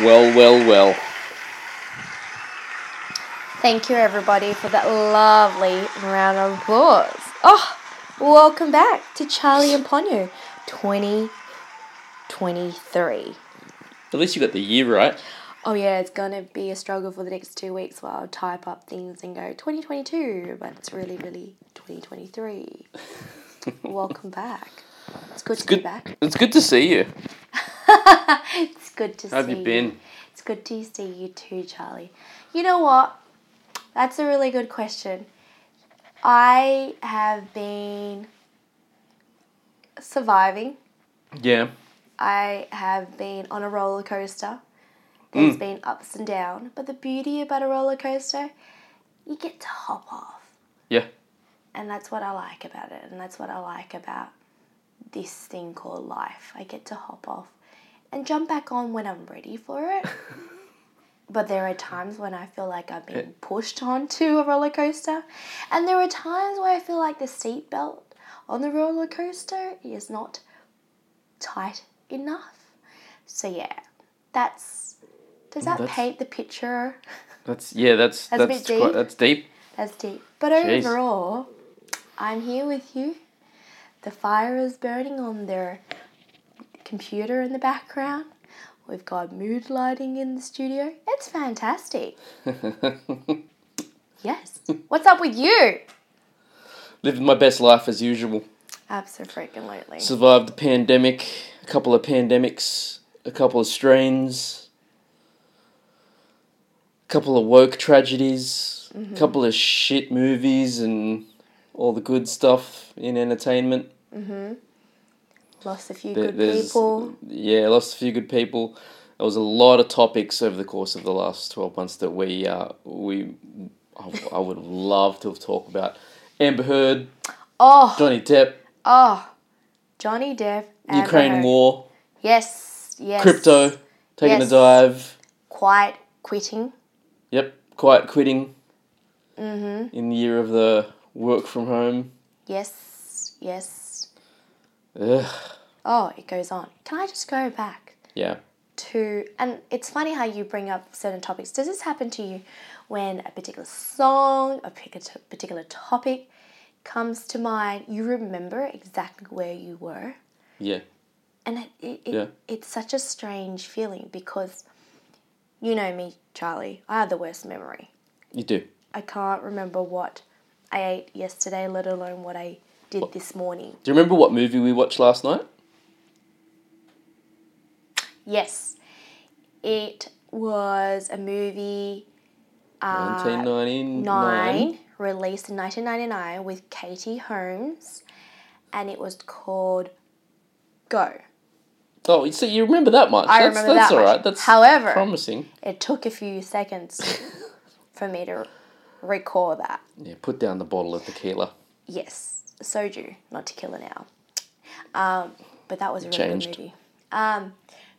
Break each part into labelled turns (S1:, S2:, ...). S1: Well, well, well.
S2: Thank you, everybody, for that lovely round of applause. Oh, welcome back to Charlie and Ponyo 2023.
S1: At least you got the year right.
S2: Oh, yeah, it's going to be a struggle for the next two weeks while I type up things and go 2022, but it's really, really 2023. welcome back. It's good to be
S1: Good.
S2: back.
S1: It's good to see you.
S2: It's good to
S1: How have
S2: see
S1: you been?
S2: It's good to see you too, Charlie. You know what? That's a really good question. I have been surviving.
S1: Yeah.
S2: I have been on a roller coaster. There's been ups and downs, but the beauty about a roller coaster, you get to hop off.
S1: Yeah.
S2: And that's what I like about it. And that's what I like about this thing called life. I get to hop off and jump back on when I'm ready for it. but there are times when I feel like I've been pushed onto a roller coaster. And there are times where I feel like the seatbelt on the roller coaster is not tight enough. So, yeah, that's. Does that
S1: That's-
S2: paint the picture?
S1: That's yeah. That's
S2: That's a
S1: that's
S2: bit
S1: quite,
S2: deep.
S1: that's deep.
S2: That's deep. But
S1: Jeez.
S2: overall, I'm here with you. The fire is burning on their computer in the background. We've got mood lighting in the studio. It's fantastic. Yes. What's up with you?
S1: Living my best life as usual.
S2: Absolutely.
S1: Survived the pandemic. A couple of pandemics. A couple of strains. A couple of woke tragedies.
S2: Mm-hmm.
S1: A couple of shit movies and all the good stuff in entertainment.
S2: Lost a few
S1: There-
S2: good people.
S1: Yeah, lost a few good people. There was a lot of topics over the course of the last twelve months that we uh, we I, I would love to have talked about. Amber Heard,
S2: Oh,
S1: Johnny Depp,
S2: oh. Johnny Depp. Amber
S1: Ukraine
S2: Heard.
S1: war,
S2: Yes, yes.
S1: crypto, taking
S2: Yes.
S1: a dive.
S2: Quiet quitting.
S1: Yep, quiet quitting. Mm-hmm. In the year of the work from home.
S2: Yes, yes.
S1: Ugh.
S2: Oh, it goes on. Can I just go back?
S1: Yeah.
S2: to and it's funny how you bring up certain topics does this happen to you when a particular song a pic- particular topic comes to mind you remember exactly where you were
S1: Yeah.
S2: and it, it, it,
S1: Yeah.
S2: it's such a strange feeling because you know me charlie i have the worst memory
S1: You do.
S2: i can't remember what i ate yesterday let alone what i did this morning
S1: Do you remember what movie we watched last night?
S2: yes it was a movie
S1: Nineteen ninety nine.
S2: Uh, Nine, released in 1999 with Katie Holmes, and it was called Go.
S1: Oh, you see, you remember that much.
S2: I
S1: that's,
S2: remember
S1: that's
S2: that
S1: all
S2: much.
S1: right. That's
S2: However-
S1: promising.
S2: It took a few seconds for me to recall that.
S1: Yeah, put down the bottle of tequila.
S2: Yes, soju, not tequila now. Um, but that was a really
S1: Changed.
S2: good movie. Um,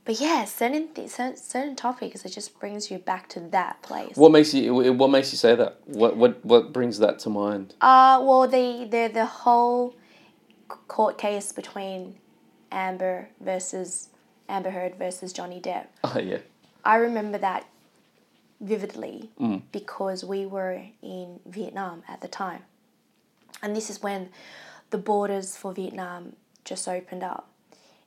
S2: but yeah, certain th- certain, certain topics it just brings you back to that place.
S1: What makes you? What makes you say that? What what what brings that to mind?
S2: Uh, well, the the the whole c- court case between Amber versus Amber Heard versus Johnny Depp.
S1: Oh yeah,
S2: I remember that vividly because we were in Vietnam at the time, and this is when the borders for Vietnam just opened up,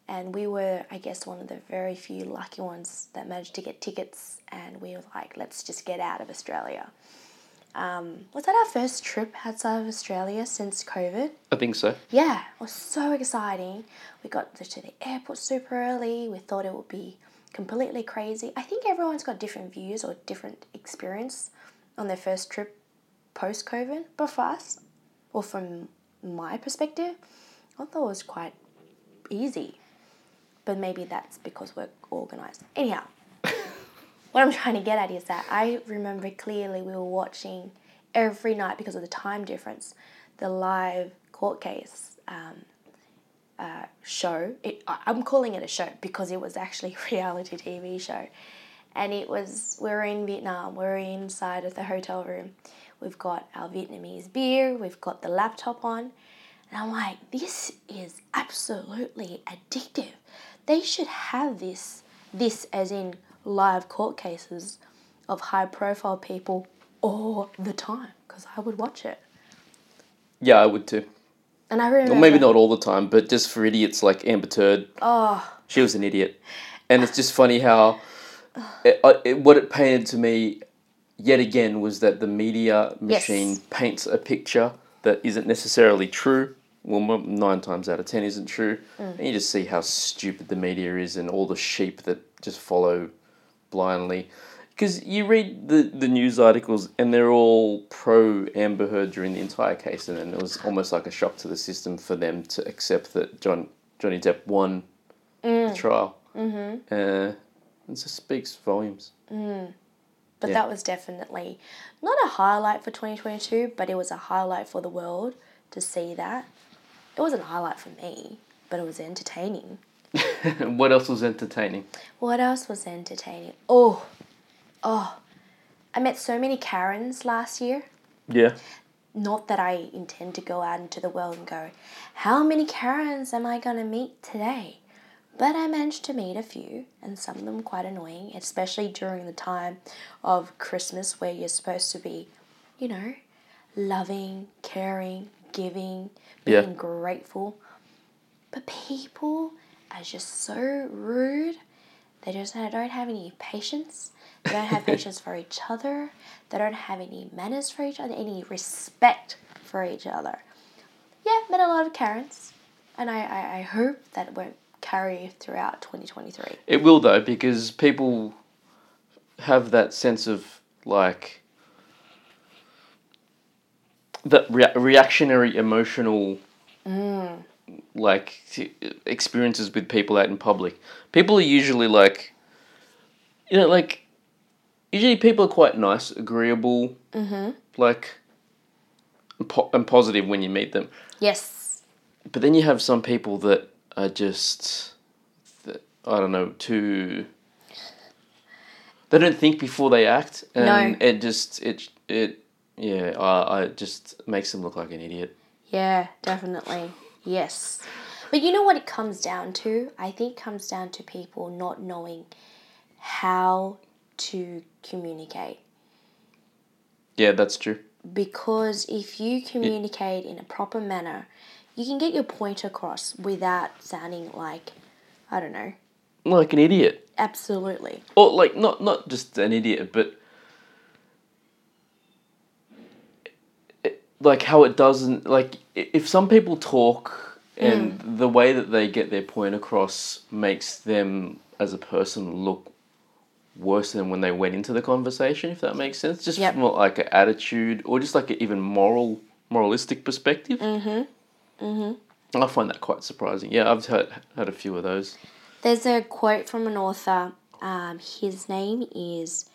S2: and we were, I guess, one of the very few lucky ones that managed to get tickets, and we were like, let's just get out of Australia. Um, was that our first trip outside of Australia since COVID?
S1: I think so.
S2: Yeah, it was so exciting. We got to the airport super early. We thought it would be completely crazy. I think everyone's got different views or different experience on their first trip post COVID. But for us, or from my perspective, I thought it was quite easy. But maybe that's because we're organized. Anyhow, what I'm trying to get at is that I remember clearly we were watching every night because of the time difference, the live court case um, uh, show. It, I- I'm calling it a show because it was actually a reality TV show, and it was we we're in Vietnam. we We're inside of the hotel room. We've got our Vietnamese beer. We've got the laptop on. And I'm like, this is absolutely addictive. They should have this, this as in live court cases of high profile people all the time because I would watch it.
S1: Yeah, I would too.
S2: And I remember.
S1: Well, maybe not all the time, but just for idiots like Amber Turd.
S2: Oh,
S1: She was an idiot. And it's just funny how it, I- it, what it painted to me yet again was that the media machine paints a picture that isn't necessarily true. Well, mo- nine times out of ten isn't true. And you just see how stupid the media is and all the sheep that just follow blindly. Because you read the, the news articles and they're all pro Amber Heard during the entire case, and then it was almost like a shock to the system for them to accept that John Johnny Depp won the trial. Mm-hmm. Uh, it just speaks volumes.
S2: but
S1: Yeah.
S2: that was definitely not a highlight for 2022, but it was a highlight for the world to see that. It wasn't a highlight for me, but it was entertaining.
S1: what else was entertaining?
S2: What else was entertaining? Oh, oh, I met so many Karens last year.
S1: Yeah.
S2: Not that I intend to go out into the world and go, how many Karens am I going to meet today? But I managed to meet a few, and some of them quite annoying, especially during the time of Christmas where you're supposed to be, you know, loving, caring, giving,
S1: Yeah.
S2: being grateful. But people are just so rude. They just don't don't have any patience. They don't have patience for each other. They don't have any manners for each other, any respect for each other. Yeah, met a lot of Karens. And I, I, I hope that won't carry throughout 2023.
S1: It will though, because people have that sense of like that rea- reactionary emotional Mm. like t- experiences with people out in public. People are usually like you know like usually people are quite nice, agreeable, mm-hmm. like and po- and positive when you meet them
S2: Yes.
S1: but then you have some people that are just that, i don't know too they don't think before they act and
S2: No.
S1: it just it it yeah I, I it just makes them look like an idiot
S2: Yeah, definitely. Yes. But you know what it comes down to? I think it comes down to people not knowing how to communicate.
S1: yeah that's true
S2: because if you communicate in a proper manner, you can get your point across without sounding like, I don't know,
S1: like an idiot
S2: absolutely.
S1: or like not not just an idiot but it- like how it doesn't like i- if some people talk and the way that they get their point across makes them as a person look worse than when they went into the conversation if that makes sense just
S2: Yep.
S1: from like an attitude or just like an even moral moralistic perspective mm-hmm mm-hmm i find that quite surprising yeah i've heard heard a few of those
S2: There's a quote from an author. Um, his name is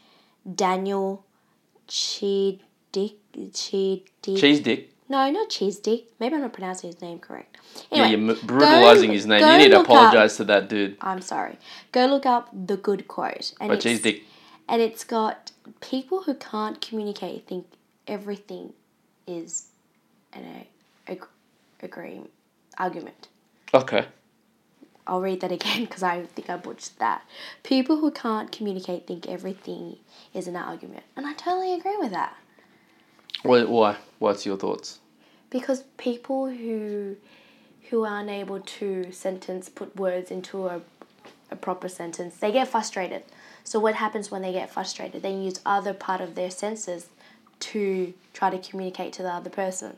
S2: Daniel Chidick. Chidick.
S1: cheese dick
S2: No, not Cheese Dick. Maybe I'm not pronouncing his name correct.
S1: Yeah,
S2: Anyway,
S1: you're m- brutalizing
S2: go-
S1: his name.
S2: go
S1: You need to
S2: look up-
S1: apologize to that dude.
S2: I'm sorry. Go look up the good quote. And
S1: But cheese
S2: it's-
S1: dick.
S2: and it's got people who can't communicate think everything is an ag- agree argument.
S1: Okay.
S2: I'll read that again because I think I butchered that. People who can't communicate think everything is an argument, and I totally agree with that
S1: Why? Why? What's your thoughts?
S2: because people who who are unable to sentence put words into a, a proper sentence they get frustrated so what happens when they get frustrated they use other part of their senses to try to communicate to the other person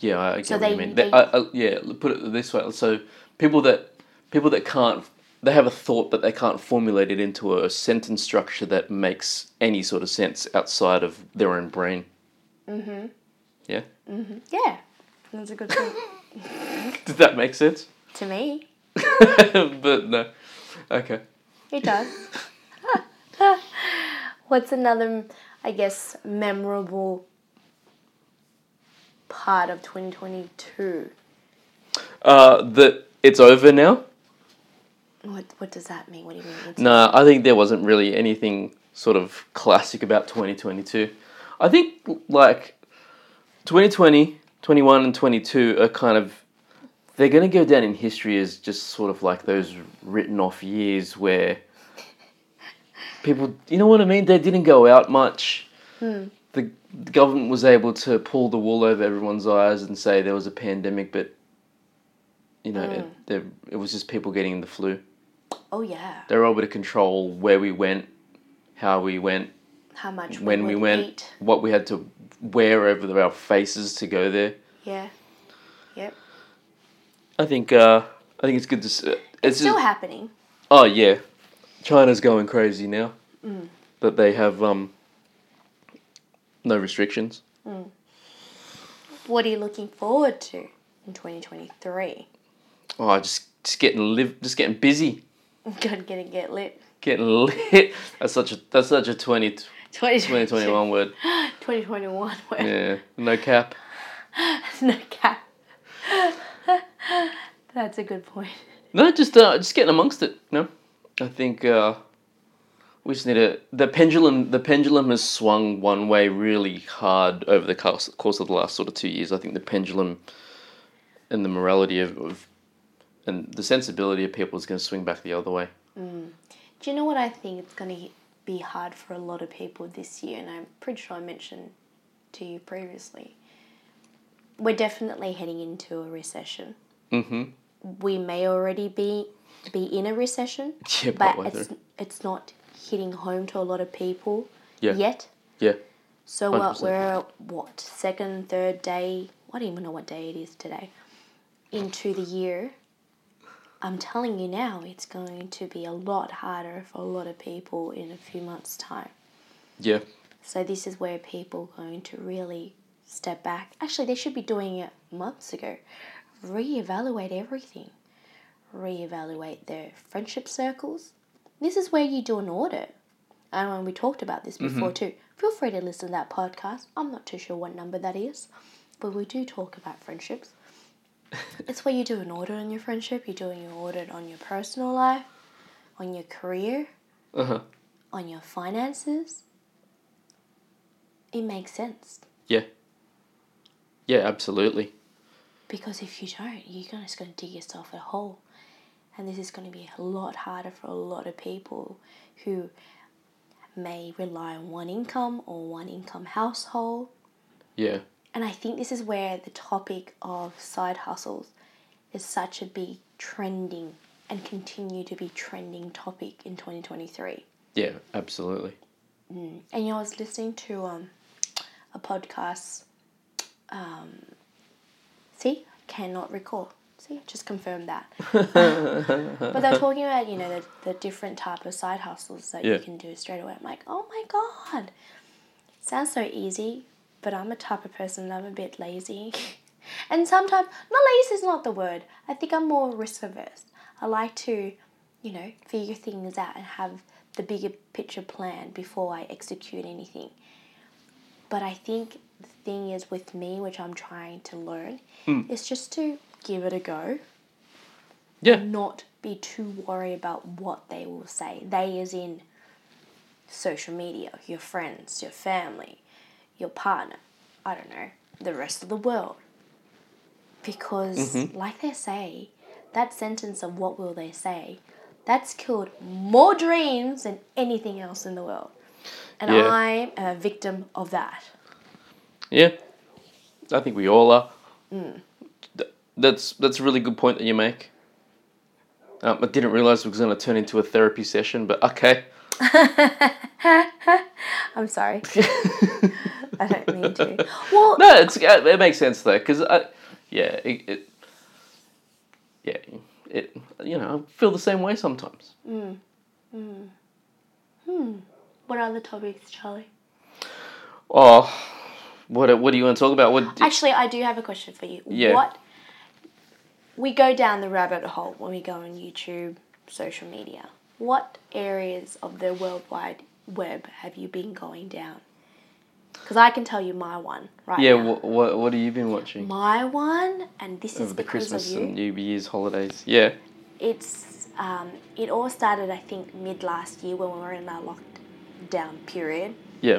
S1: Yeah, I I get
S2: So
S1: what
S2: they-
S1: you mean.
S2: they-
S1: They- I- I- yeah, l- put it this way. So people that people that can't they have a thought but they can't formulate it into a sentence structure that makes any sort of sense outside of their own brain. Mm-hmm. Yeah.
S2: yeah that's a good thing
S1: Does that make sense?
S2: to me
S1: but no. Okay.
S2: it does what's another i guess memorable part of 2022
S1: Uh, that it's over now.
S2: what, what does that mean what do you mean It's-
S1: No, I think there wasn't really anything sort of classic about 2022. I think like 2020, 21 and 22 are kind of they're going to go down in history as just sort of like those written off years where people, you know what I mean? They didn't go out much. The, the government was able to pull the wool over everyone's eyes and say there was a pandemic, but you know, it, there- it was just people getting the flu.
S2: Oh yeah.
S1: They were able to control where we went, how we went,
S2: How much
S1: when we
S2: would
S1: went,
S2: eat.
S1: what we had to wear over our faces to go there.
S2: Yeah. Yep.
S1: I think uh, I think it's good to. s- uh, It's,
S2: It's still
S1: just-
S2: happening.
S1: oh yeah, China's going crazy now Mm. that they have um, no restrictions.
S2: What are you looking forward to in 2023?
S1: Oh, just just getting live, just getting busy,
S2: God, gonna get lit.
S1: getting lit. That's such a that's such a 20,
S2: 2021.
S1: 2021 word.
S2: 2021. where-
S1: Yeah, no cap.
S2: no cap. That's a good point.
S1: No, just uh, just getting amongst it. No, I think uh, we just need to. The pendulum, the pendulum has swung one way really hard over the course, course of the last sort of two years. I think the pendulum and the morality of, of and the sensibility of people is going to swing back the other way.
S2: Do you know what I think it's going to be hard for a lot of people this year? And I'm pretty sure I mentioned to you previously. We're definitely heading into a recession.
S1: Mm-hmm.
S2: We may already be be in a recession,
S1: Yeah,
S2: but
S1: probably.
S2: it's it's not hitting home to a lot of people
S1: Yeah.
S2: yet.
S1: Yeah.
S2: So what
S1: 100%.
S2: we're what second, third day? I don't even know what day it is today. Into the year, I'm telling you now, it's going to be a lot harder for a lot of people in a few months' time.
S1: Yeah.
S2: So this is where people are going to really step back. Actually, they should be doing it months ago. Reevaluate everything. Reevaluate their friendship circles. This is where you do an audit. And when we talked about this before too, feel free to listen to that podcast. I'm not too sure what number that is, but we do talk about friendships. it's where you do an audit on your friendship. You're doing an audit on your personal life, on your career,
S1: Uh huh.
S2: on your finances. It makes sense
S1: Yeah. Yeah. Absolutely.
S2: because if you don't, you're gonna- just going to dig yourself a hole. And this is going to be a lot harder for a lot of people who may rely on one income or one income household.
S1: Yeah.
S2: And I think this is where the topic of side hustles is such a big trending and continue to be trending topic in 2023.
S1: Yeah. Absolutely.
S2: And you know, I was listening to um, a podcast. Um, see, cannot recall. See, just confirm that. but they're talking about you know the, the different type of side hustles that
S1: Yeah.
S2: you can do straight away. I'm like, oh my god, sounds so easy. But I'm a type of person. I'm a bit lazy, and sometimes not lazy is not the word. I think I'm more risk averse. I like to, you know, figure things out and have the bigger picture plan before I execute anything. But I think the thing is with me, which I'm trying to learn, is just to give it a go.
S1: Yeah.
S2: Not be too worried about what they will say. They is in social media, your friends, your family, your partner, I don't know, the rest of the world. Because
S1: Mm-hmm.
S2: like they say, that sentence of what will they say, that's killed more dreams than anything else in the world. And
S1: Yeah.
S2: I am a victim of that.
S1: Yeah, I think we all are. Mm. Th- That's that's a really good point that you make. Um, I didn't realize it was going to turn into a therapy session, but okay.
S2: I'm sorry. I don't mean to. Well,
S1: No, it's uh, it makes sense though, because I, yeah, it, it, yeah, it. You know, I feel the same way sometimes.
S2: what other topics, Charlie?
S1: Oh, what what do you want to talk about? What?
S2: Actually, I do have a question for you.
S1: Yeah.
S2: What we go down the rabbit hole when we go on YouTube, social media. What areas of the World Wide Web have you been going down? Because I can tell you my one right
S1: yeah,
S2: now.
S1: what what what have you been watching
S2: my one, and this is
S1: over the
S2: because
S1: Christmas
S2: of you.
S1: and New Year's holidays? Yeah,
S2: it's um, it all started I think mid last year when we were in our lockdown period.
S1: yeah,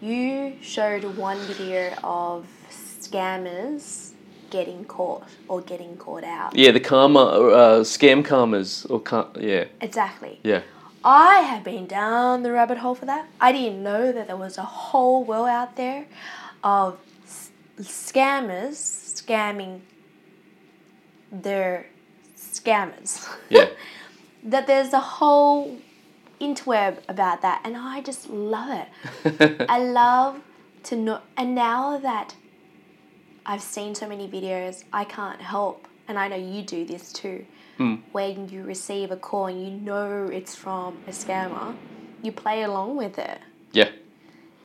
S2: You showed one video of scammers getting caught or getting caught out.
S1: yeah. The karma, uh, scam karmas, or car- yeah,
S2: Exactly.
S1: yeah.
S2: I have been down the rabbit hole for that. I didn't know that there was a whole world out there of s- scammers scamming their scammers.
S1: Yeah.
S2: that there's a whole interweb about that, and I just love it. I love to know, and now that I've seen so many videos, I can't help, and I know you do this too. When you receive a call and you know it's from a scammer, you play along with it
S1: yeah.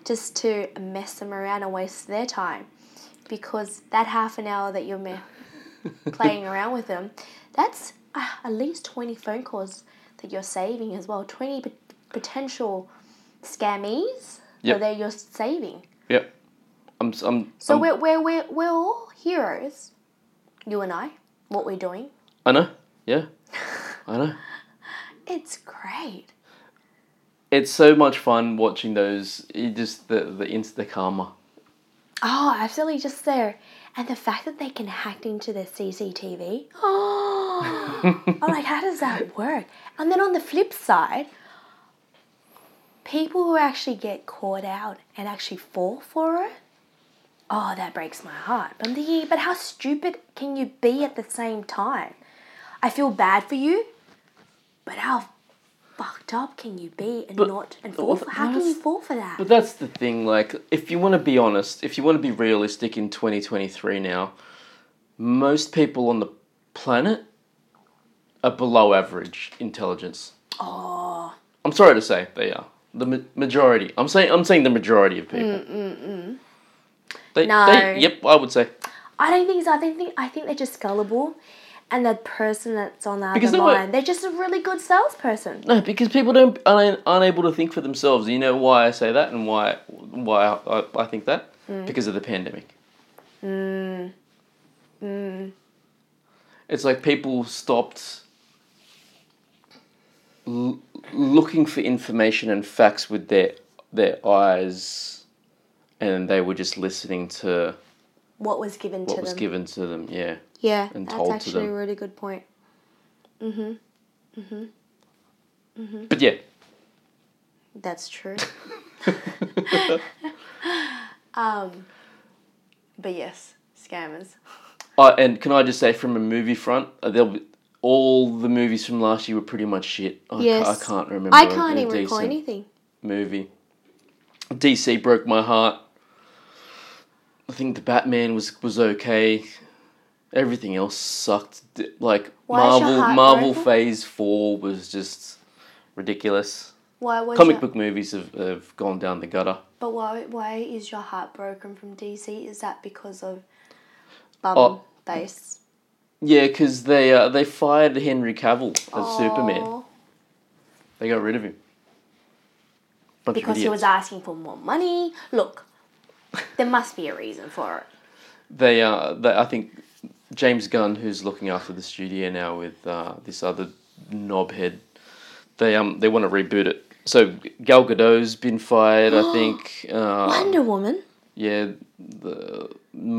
S2: just to mess them around and waste their time because that half an hour that you're me- playing around with them that's uh, at least 20 phone calls that you're saving as well 20 pot- potential scammies
S1: Yep.
S2: that they're you're saving
S1: Yep. I'm. s- I'm.
S2: so
S1: I'm-
S2: we're, we're, we're, we're all heroes you and i what we're doing
S1: I know. Yeah. I know.
S2: it's great
S1: It's so much fun watching those. It just the the insta karma.
S2: oh absolutely just there and the fact that they can hack into their cctv oh I'm like, how does that work? And then on the flip side, people who actually get caught out and actually fall for it, oh, that breaks my heart. But I'm thinking, but how stupid can you be at the same time? I feel bad for you, but how fucked up can you be and
S1: But-
S2: not and fall for, how can you fall for that?
S1: But that's the thing. Like, if you want to be honest, if you want to be realistic in 2023 now, most people on the planet are below average intelligence.
S2: oh,
S1: I'm sorry to say they are the ma- majority. I'm saying I'm saying the majority of people. They,
S2: No.
S1: they- yep, I would say
S2: I don't think so. I think I think they're just gullible, and the person that's on the
S1: Because
S2: other
S1: they were-
S2: line, they're just a really good salesperson.
S1: no, because people don't aren't, aren't able to think for themselves. You know why I say that and why why I, I think that
S2: Mm.
S1: because of the pandemic.
S2: Mm.
S1: It's like people stopped l- looking for information and facts with their their eyes, and they were just listening to
S2: what was given
S1: what
S2: to
S1: was
S2: them.
S1: given to them. Yeah.
S2: yeah,
S1: and
S2: that's
S1: told to
S2: actually a
S1: them.
S2: really good point.
S1: But yeah,
S2: That's true. um, but yes, scammers.
S1: uh, and can I just say from a movie front, uh, there'll be, all the movies from last year were pretty much shit. I, ca-
S2: Yes.
S1: I can't remember.
S2: I
S1: a-
S2: can't
S1: a
S2: even recall
S1: decent
S2: anything.
S1: Movie. DC broke my heart. I think the Batman was was okay. Everything else sucked. D- Like
S2: Why is your
S1: Marvel
S2: heart
S1: Marvel
S2: broken?
S1: Phase Four was just ridiculous.
S2: Why was
S1: Comic
S2: your,
S1: book movies have, have gone down the gutter.
S2: But why why is your heart broken from DC? Is that because of bum
S1: Oh.
S2: face?
S1: Yeah, because they uh, they fired Henry Cavill as Superman.
S2: Or
S1: They got rid of him. Bunch
S2: Because
S1: of
S2: he
S1: idiots.
S2: was asking for more money. Look, there must be a reason for it.
S1: They uh, they, I think James Gunn, who's looking after the studio now with uh, this other knobhead, they um they want to reboot it. So Gal Gadot's been fired. I think. Uh,
S2: Wonder Woman.
S1: yeah, the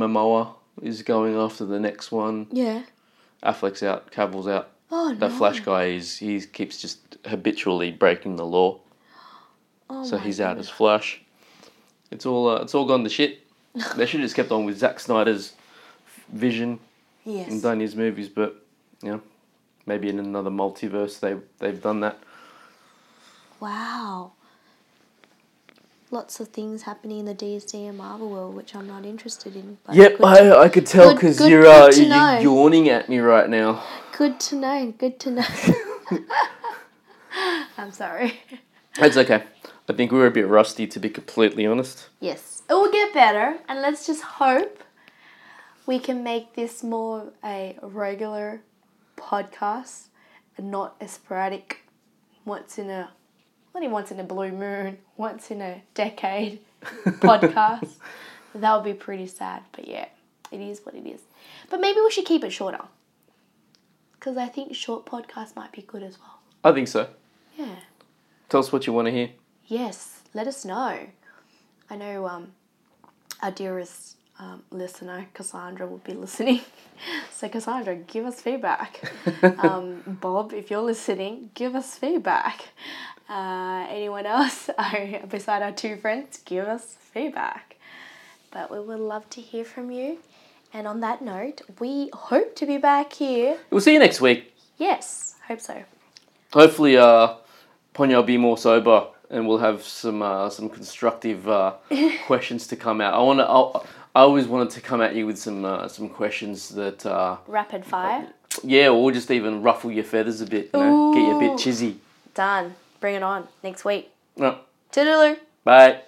S1: Momoa is going after the next one.
S2: Yeah.
S1: Affleck's out. Cavill's out.
S2: Oh no.
S1: That Flash guy is he keeps just habitually breaking the law.
S2: Oh,
S1: So
S2: my
S1: he's out as Flash. It's all uh, it's all gone to shit. they should have just kept on with Zack Snyder's vision
S2: Yes.
S1: and done his movies, but you know, maybe in another multiverse they they've done that.
S2: Wow. Lots of things happening in the DC and Marvel world, which I'm not interested in. But
S1: Yep,
S2: good,
S1: I, I could tell
S2: good-
S1: because
S2: good-
S1: you're
S2: good
S1: uh,
S2: to
S1: you're
S2: know.
S1: yawning at me right now.
S2: good to know. Good to know. I'm sorry.
S1: That's okay. I think we were a bit rusty to be completely honest.
S2: Yes, it will get better, and let's just hope we can make this more of a regular podcast and not a sporadic once in a only once in a blue moon, once in a decade podcast. that would be pretty sad, but yeah, it is what it is. But maybe we should keep it shorter because I think short podcasts might be good as well.
S1: I think so.
S2: Yeah.
S1: Tell us what you want to hear.
S2: Yes, let us know. I know um, our dearest um, listener, Cassandra, would be listening. so, Cassandra, give us feedback. um, Bob, if you're listening, give us feedback. Uh, anyone else Oh, beside our two friends, give us feedback. But we would love to hear from you. And on that note, we hope to be back here.
S1: We'll see you next week.
S2: Yes, hope so.
S1: Hopefully, uh, Ponyo will be more sober, and we'll have some uh, some constructive uh, questions to come out. I want to. I always wanted to come at you with some uh, some questions that. Uh,
S2: Rapid fire.
S1: yeah, or just even ruffle your feathers a bit. You know, get you a
S2: Ooh.
S1: bit chizzy.
S2: Done. Bring it on next week.
S1: No,
S2: Toodaloo.
S1: bye.